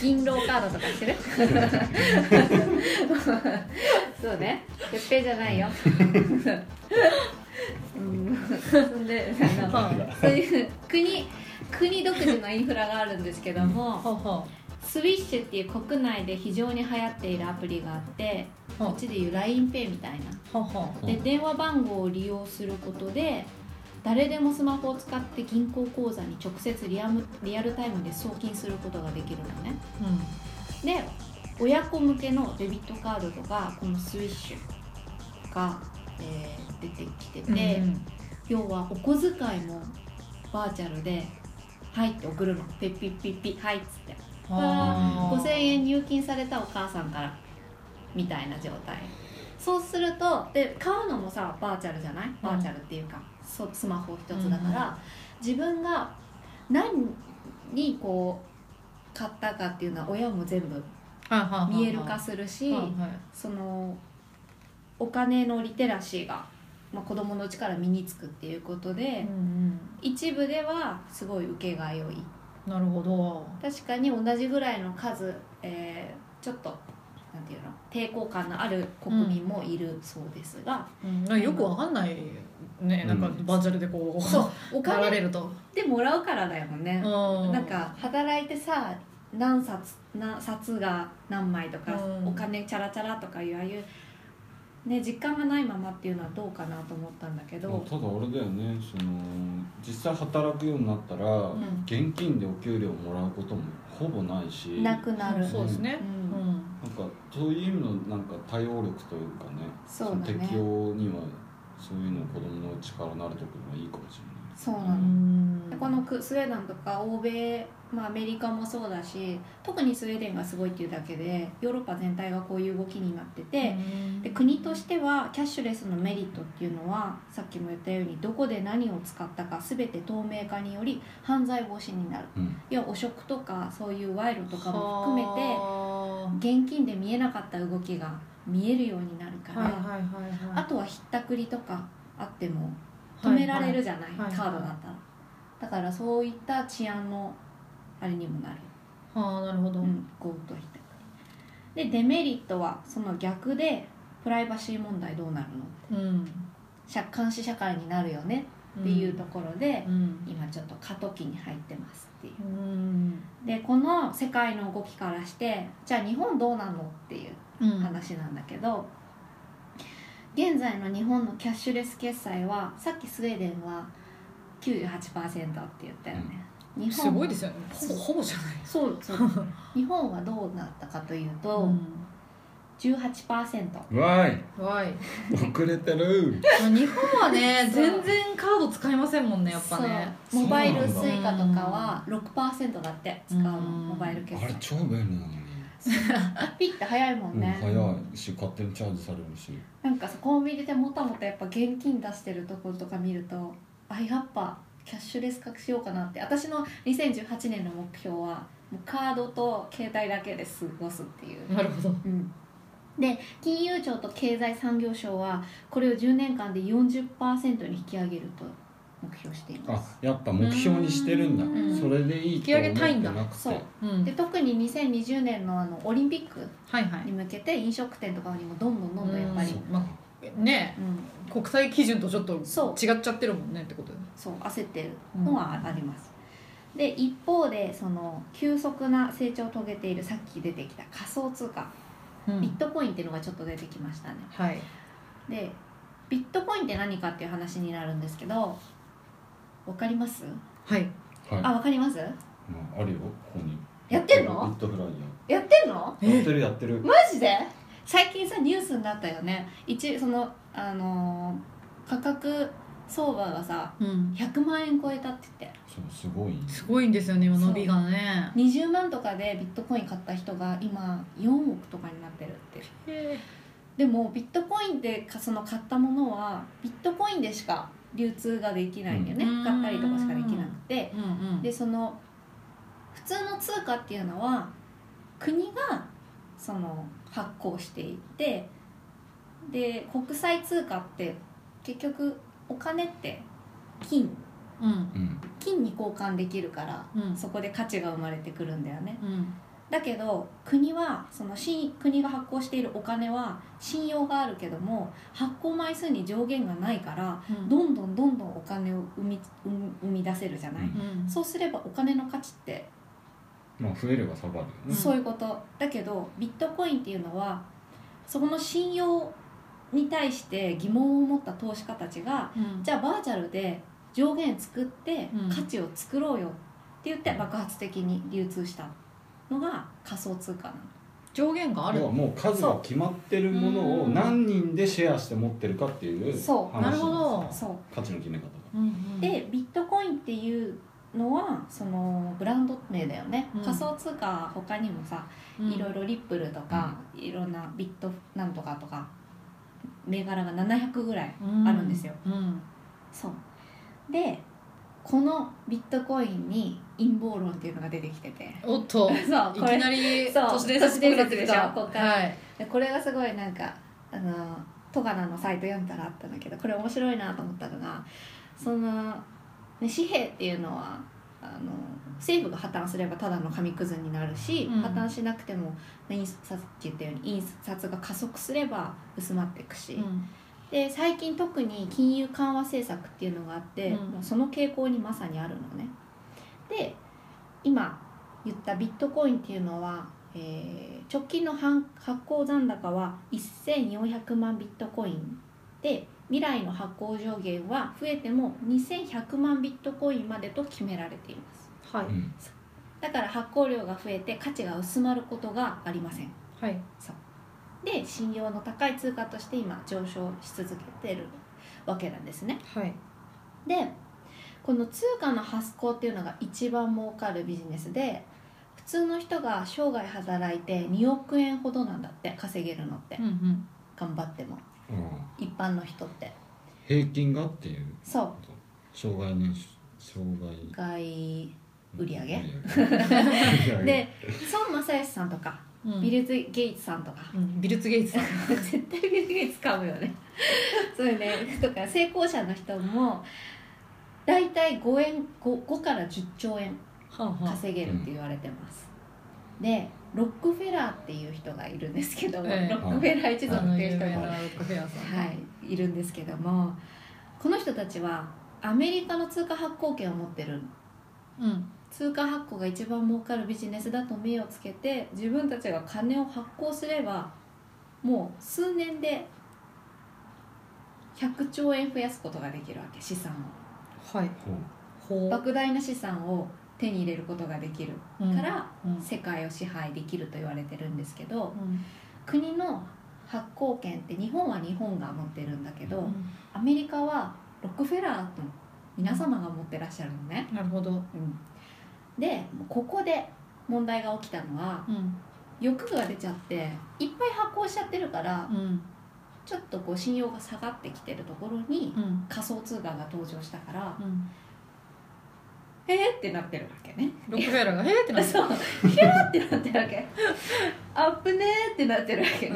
銀狼カードとかしてる そうね絶平じゃないようんそんであのはそういう国国独自のインフラがあるんですけどあはあもはスウィッシュっていう国内で非常に流行っているアプリがあってうんこっちでいう LINEPay みたいなあはで電話番号を利用することで誰でもスマホを使って銀行口座に直接リアムリアルタイムで送金することができるのねあうで親子向けのデビットカードとかこのスイッシュが、えー出てきてて、んうん要はお小遣いもバーチャルで「はい」って送るの「ピッピッピッピッはい」っつってあー5000円入金されたお母さんからみたいな状態そうするとで買うのもさバーチャルじゃないバーチャルっていうか、そスマホ一つだから、自分が何にこう買ったかっていうのは親も全部はあはあはあ見える化するし、はいはいそのお金のリテラシーが、まあ、子供のうちから身につくっていうことでうん、うん一部ではすごい受けが良いなるほど確かに同じぐらいの数、えーちょっとなんていうの抵抗感のある国民もいるそうですが、うんなんかよくわかんないねなんかうんバーチャルでこう そうおやら金れっるとてもらうからだよね、ななんか働いてさ何冊な札が何枚とか、うんお金チャラチャラとかいうああいうね、実感がないままっていうのはどうかなと思ったんだけど、ただあれだよねその実際働くようになったら、ん現金でお給料もらうこともほぼないしなくなる、んそうですねう、うんんなんかそういう意味のなんか対応力というかねそうだねその適応にはそういうのを子供のうちから慣れておくのはいいかもしれそうなうの、んでこのくスウェーデンとか欧米、まあ、アメリカもそうだし特にスウェーデンがすごいっていうだけでヨーロッパ全体がこういう動きになってて、で国としてはキャッシュレスのメリットっていうのはさっきも言ったようにどこで何を使ったか全て透明化により犯罪防止になる、うん要は汚職とかそういう賄賂とかも含めて現金で見えなかった動きが見えるようになるから、はいはいはいはいあとはひったくりとかあっても止められるじゃない、はいはいカードだったら、だからそういった治安のあれにもなる、はあなるほど、うん、強盗ひったくりでデメリットはその逆でプライバシー問題どうなるのうん社監視社会になるよねっていうところでう、ん今ちょっと過渡期に入ってますっていううんでこの世界の動きからしてじゃあ日本どうなのっていううん話なんだけど現在の日本のキャッシュレス決済はさっきスウェーデンは98%って言ったよね、日本すごいですよねほぼほぼじゃないそうそう 日本はどうなったかというと、18%ないわーいわい遅れてる日本はねそう全然カード使いませんもんねやっぱねそうモバイルスそうなイんカだとかは6%だって使うのうんモバイル決あれ済超便利なのに、 ピッて早いもうんん、ね、早いし勝手にチャージされるしなんかさコンビニでもたもたやっぱ現金出してるところとか見るとあやっぱキャッシュレス化しようかなって私の2018年の目標はもうカードと携帯だけで過ごすっていう、なるほどうん、で金融庁と経済産業省はこれを10年間で40%に引き上げると目標していまあすやっぱ目標にしてるんだうんそれでいいと思ってなくてそううんで特に2020年のあのオリンピックはいはいに向けて飲食店とかにもどんどんどんどんやっぱりう、んまあねうん、国際基準とちょっと違っそうちゃってるもんねってことでそう焦ってるのはあります、で一方でその急速な成長を遂げているさっき出てきた仮想通貨うビットコインっていうのがちょっと出てきましたねはいでビットコインって何かっていう話になるんですけどわかりますはいはいあわかりますまあ、あるよここにやってんのビットフライやってんのヤーやってるやってるマジで最近さニュースになったよね一そのあのー価格相場がさうん100万円超えたって言ってそうすごいすごいんですよね今伸びがね20万とかでビットコイン買った人が今4億とかになってるってへでもビットコインでかその買ったものはビットコインでしか流通ができないんだよね、うん買ったりとかしかできなくてえうんうんでその普通の通貨っていうのは国がその発行していてで国際通貨って結局お金って金うんうん金に交換できるからうんそこで価値が生まれてくるんだよねうんだけど国はその信国が発行しているお金は信用があるけども発行枚数に上限がないからうんどんどんどんどんお金を生み生み生み出せるじゃない、うんうんそうすればお金の価値ってまあ増えれば下がるようんねそういうこと、だけどビットコインっていうのはそこの信用に対して疑問を持った投資家たちがうんじゃあバーチャルで上限作ってうん価値を作ろうよって言って爆発的に流通したのが仮想通貨なの。上限がある要はもう数が決まってるものを何人でシェアして持ってるかっていうそう話なるほどですねそ価値の決め方がうんうんうでビットコインっていうのはそのブランド名だよね、うん仮想通貨他にもさ、いろいろリップルとか、いろんなビットなんとかとか銘柄が700ぐらいうんあるんですようんそうでこのビットコインに陰謀論っていうのが出てきてておっとそういこきれなりそう都市伝説っぽくなっ都市伝説てきたでしょこっからはいでこれがすごいなんかあの戸棚のサイト読んだらあったんだけどこれ面白いなと思ったのがその、ね、紙幣っていうのはあの政府が破綻すればただの紙くずになるし、うん破綻しなくても印刷さっき言ったように印刷が加速すれば薄まっていくし、うんで最近特に金融緩和政策っていうのがあって、うんもうその傾向にまさにあるのね。で今言ったビットコインっていうのはえー直近の発発行残高は1400万ビットコインで未来の発行上限は増えても2100万ビットコインまでと決められていますはいうんだから発行量が増えて価値が薄まることがありませんはいで信用の高い通貨として今上昇し続けてるわけなんですねはいでこの通貨の発行っていうのが一番儲かるビジネスで普通の人が生涯働いて2億円ほどなんだって稼げるのってうんうん頑張ってもうん一般の人って平均がっていうそうこと障害年収障害外売り上げ 上げで孫正義さんとかうんビルズ・ゲイツさんとか、うんビルツ・ゲイツさん絶対ビル・ゲイツかむよねそうよねとか成功者の人も大体5円 5, 5から10兆円はんはん稼げるって言われてます、でロックフェラーっていう人がいるんですけども、ええロックフェラー一族あっのていう有人が、名はなロックフェアさん、い、いるんですけどもこの人たちはアメリカの通貨発行権を持ってるうん通貨発行が一番儲かるビジネスだと目をつけて自分たちが金を発行すればもう数年で100兆円増やすことができるわけ資産をはい ほう莫大な資産を手に入れることができるうんからうん世界を支配できると言われてるんですけどうん国の発行権って日本は日本が持ってるんだけうどんアメリカはロックフェラーと皆様が持ってらっしゃるのね。なるほどうんでここで問題が起きたのはうん欲が出ちゃっていっぱい発行しちゃってるからうんちょっとこう信用が下がってきてるところにうん仮想通貨が登場したからうんえーってなってるわけねロックフェアが「えっ!」ってなってそう ひゃーってなってるわけアップねーってなってるわけう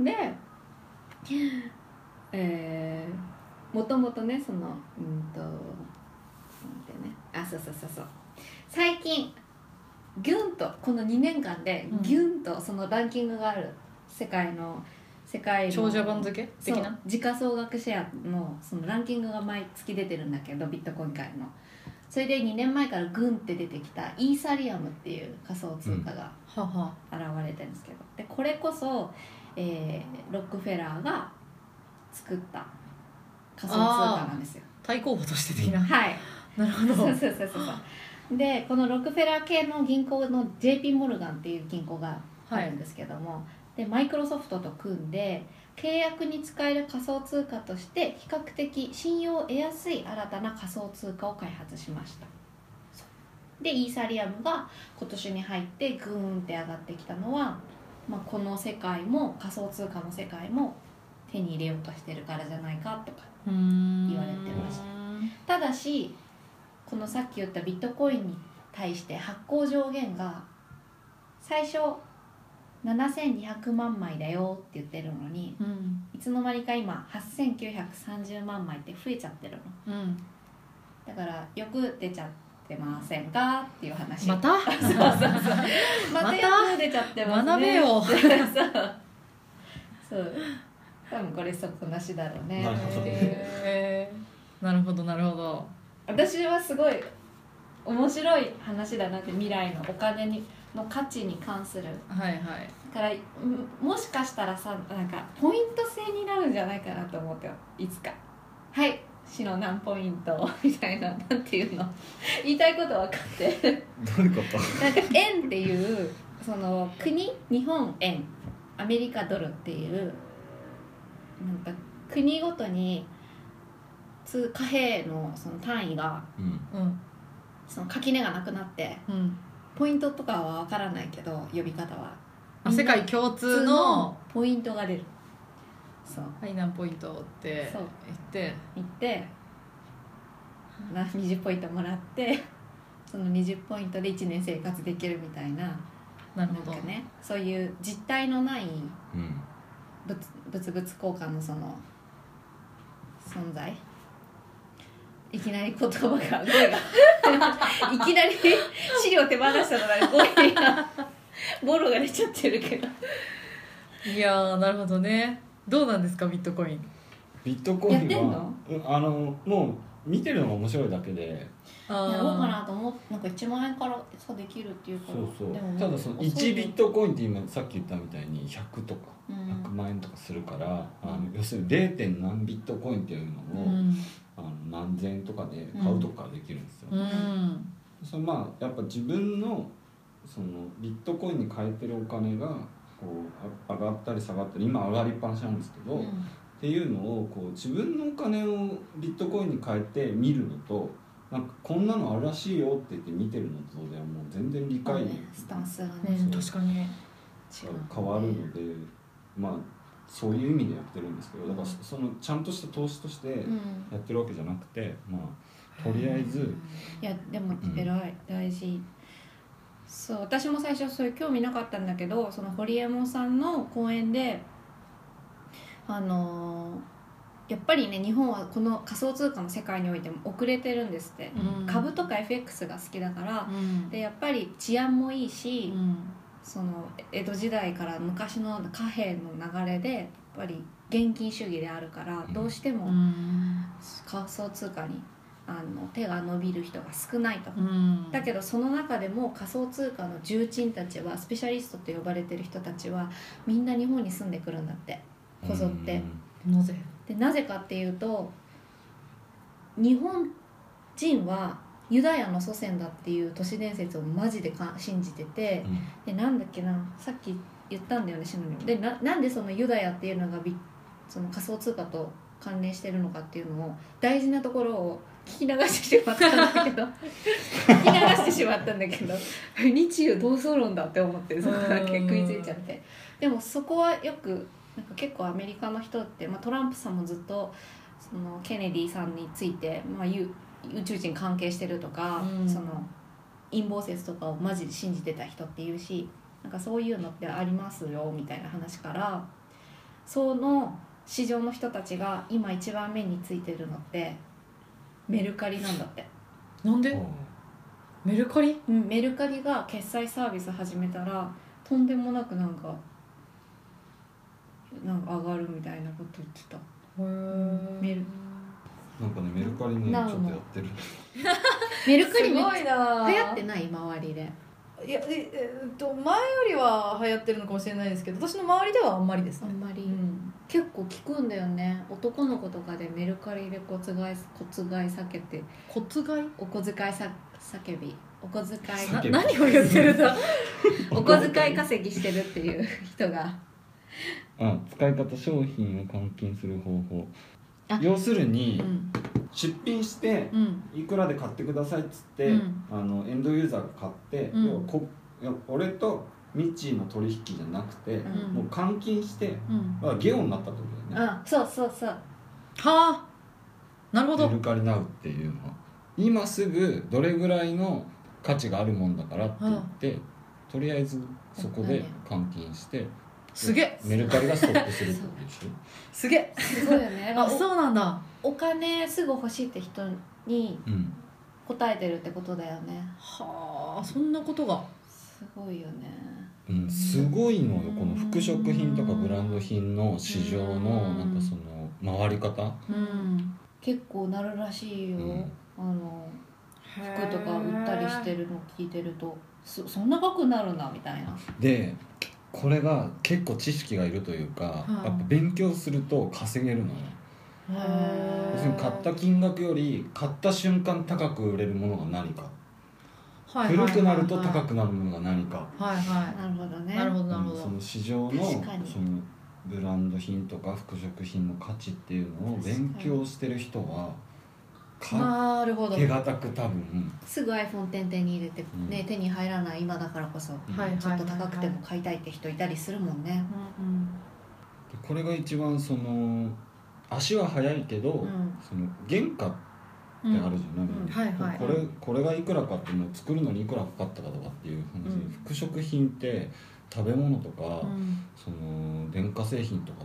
んね、でえー、もともとねそのうんとなんてねあそうそうそうそう最近ギュンとこの2年間でうんギュンとそのランキングがある世界の世界の長者番付的そうな時価総額シェアのそのランキングが毎月出てるんだけどビットコイン界のそれで2年前からグンって出てきたイーサリアムっていう仮想通貨がはは現れてるんですけどでこれこそ、えーロックフェラーが作った仮想通貨なんですよ対抗馬として的なはいなるほどそうそうそうそうそうでこのロックフェラー系の銀行の JP モルガンっていう銀行があるんですけども、でマイクロソフトと組んで契約に使える仮想通貨として比較的信用を得やすい新たな仮想通貨を開発しましたでイーサリアムが今年に入ってグーンって上がってきたのは、まあ、この世界も仮想通貨の世界も手に入れようとしてるからじゃないかとか言言われてましたただしこのさっき言ったビットコインに対して発行上限が最初7200万枚だよって言ってるのにうんいつの間にか今8930万枚って増えちゃってるのうんだからよく出ちゃってませんかっていう話またまたまたよく出ちゃってますね学べよ そうそう多分これ底なしだろうねなるほどへーなるほどなるほど私はすごい面白い話だなって未来のお金にの価値に関するはいはいからうんもしかしたらさなんかポイント制になるんじゃないかなと思っていつかはい市の何ポイントみたいななんていうの 言いたいこと分かってどういうことなんか円っていうその国日本円アメリカドルっていうなんか国ごとに通貨幣のその単位がうんうんその垣根がなくなってうんポイントとかは分からないけど呼び方はあ世界共通のポイントが出るそうファイナンポイントってそう言って行ってな20ポイントもらってその20ポイントで1年生活できるみたいなななるんほどかねそういう実体のないうん物物々交換のその存在いきなり言 葉が声がいきなり資料手放したのが声がボロが出ちゃってるけど いやーなるほどねどうなんですかビットコインビットコインはやってんのうんあのも見てるのが面白いだけでやろうかなと思ってなんか1万円からそうできるっていうかそらうそうでもただその遅い1ビットコインって今さっき言ったみたいに100とかうん100万円とかするから、あの要するに 0. 点何ビットコインっていうのを、うんあの何千円とかで買うとかできるんですよ、うんそのまあやっぱ自分のそのビットコインに変えてるお金がこうあ上がったり下がったり今上がりっぱなしなんですけど、うんっていうのをこう自分のお金をビットコインに変えて見るのとなんかこんなのあるらしいよって言って見てるのとではもう全然理まあ解ねスタンスがね、うん確かにが変わるので、まあそういう意味でやってるんですけどだからそそのちゃんとした投資としてうんやってるわけじゃなくて、まあとりあえずいやでもうん偉い大事そう私も最初そういう興味なかったんだけどその堀エモ門さんの講演であのーやっぱりね日本はこの仮想通貨の世界においても遅れてるんですって、うん株とか FX が好きだから、うんでやっぱり治安もいいうし、んその江戸時代から昔の貨幣の流れでやっぱり現金主義であるからどうしてうもん仮想通貨にあの手が伸びる人が少ないと。うんだけどその中でも仮想通貨の重鎮たちはスペシャリストと呼ばれてる人たちはみんな日本に住んでくるんだってこぞってうんなぜでなぜかっていうと日本人はユダヤの祖先だっていう都市伝説をマジでか信じててうんでなんだっけなさっき言ったんだよねシノにもでななんでそのユダヤっていうのがびその仮想通貨と関連してるのかっていうのを大事なところを聞き流してしまったんだけ ど聞き流してしまったんだけど日中同窓論だって思ってそこだけ食いついちゃってでもそこはよくなんか結構アメリカの人って、まあ、トランプさんもずっとそのケネディさんについて、まあ、ゆ宇宙人関係してるとか、うんその陰謀説とかをマジで信じてた人っていうしなんかそういうのってありますよみたいな話からその市場の人たちが今一番目についてるのってメルカリなんだって、なんでメルカリうん、メルカリが決済サービス始めたらとんでもなくなんかなんか上がるみたいなこと言ってたメルなんかねメルカリねちょなっんとのやってるメルカリめっごちいなゃ流行っていない周りでやええっと前よりは流行ってるのかもしれないですけど私の周りではあんまりですあねんまり、うん結構聞くんだよね男の子とかでメルカリでコツ買いコツ買い避けてコツ買いお小遣いさ叫びお小遣いなな叫び何を言ってるんだお小遣い稼ぎしてるっていう人があ使い方商品を換金する方法あ要するにうん出品してうんいくらで買ってくださいっつって、うんあのエンドユーザーが買って、うん要はこ要は俺とミッチーの取引じゃなくて、んもう換金して、うんまあ、ゲオになったってことだよねあそうそうそうはあなるほどメルカリナウっていうのは今すぐどれぐらいの価値があるもんだからって言って、とりあえずそこで換金してすげえメルカリがストップするってことでしょすげえすごいよ ねあそうなんだお金すぐ欲しいって人にうん答えてるってことだよねはあそんなことがすごいよねうん、すごいのよこの服飾品とかブランド品の市場のうんなんかその回り方、うん結構なるらしいよ、うんあの服とか売ったりしてるの聞いてるとそそんな額になるんだみたいなでこれが結構知識がいるというか、はいやっぱ勉強すると稼げるのよへへー要するに買った金額より買った瞬間高く売れるものが何か古くなると高くなるものが何か、はいはなるほどいねなるほどうんなるほそどの市場の確かにそのブランド品とか服飾品の価値っていうのを勉強してる人はかなるほど手堅く多分すぐ iPhone 点々に入れて、んね手に入らない今だからこそうんはいはいちょっと高くても買いたいって人いたりするもんね、うんでこれが一番その足は速いけど、うんその原価ってあうるんじゃない、うんはいはいこれこれがいくらかっていうのを作るのにいくらかかったかとかっていう話、うん服飾品って食べ物とか、うんその電化製品とか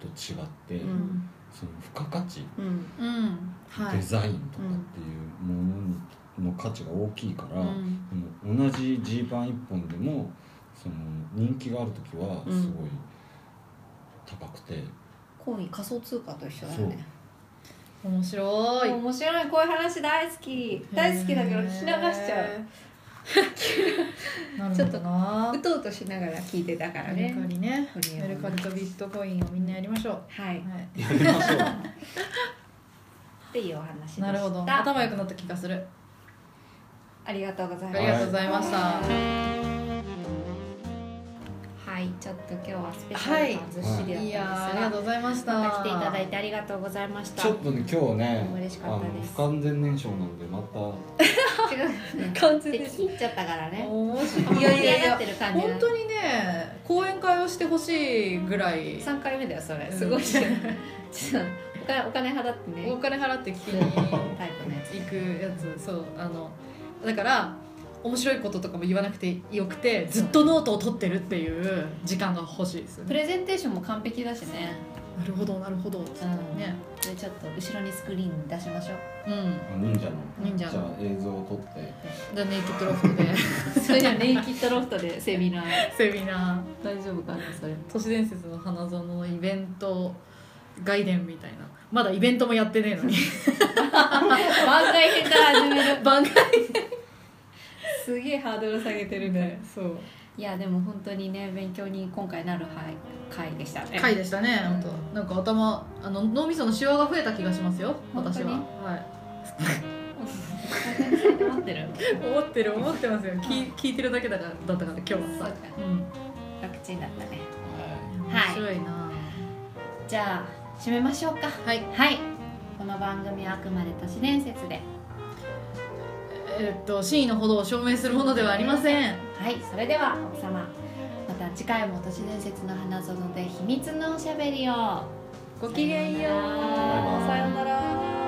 と違って、ううんんその付加価値、うんうんはデいザインとかっていうものにの価値が大きいから、うんその同じジーパン一本でもその人気がある時はすごい高くて。コイン仮想通貨と一緒だよね面白い面白いこういう話大好き大好きだけど聞き流しちゃううちょっと なうとうとしながら聞いてたからメルねカこリねれメルカリとビットコインをみんなやりましょう、はいはやりましょうっていうお話でしい、たなるほど頭良くなった気がするありがとうございあますりがとうございました、はいちょっと今日はスペシャルなずっしりい、やだっーあたんですりががとうございましたまた来ていただいてありがとうございました ちょっとね今日ね嬉しあかのったです不完全燃焼なんでまた違う完っ全てです切っちゃったからね面白盛いり上がってる感じ本当にね講演会をしてほしいぐらい3回目だよそれうんすごいじゃんちょっとお金お金払っておね金払って聞きにタイプのやつ行くやつそうあのだから面白いこととかも言わなくてよくてずっとノートを取ってるっていう時間が欲しいですよプねレゼンテーションも完璧だしねなるほどなるほどうんねでちょっと後ろにスクリーン出しましょううん忍者の忍じ者ゃのあ映像を撮ってじゃあネイキッドロフトで それじゃネイキッドロフトでセミナーセミナー大丈夫かなそれ都市伝説の花園のイベント外伝みたいなまだイベントもやってねえのに番外編から始める番外すげえハードル下げてるねそういやでも本当にね勉強に今回なるはい回でしたね 回でしたねうん本当なんか頭あの脳みそのシワが増えた気がしますよ本当に私はは待ってるい思ってる思ってますよ聞聞いてるだけだからだったから今日そうはかさうん楽ちんだったねは面白いな、じゃあ締めましょうかはいはいこの番組はあくまで都市伝説でえーっと真意のほどを証明するものではありませんはいそれでは奥様また次回も都市伝説の花園で秘密のおしゃべりをごきげんようさようなら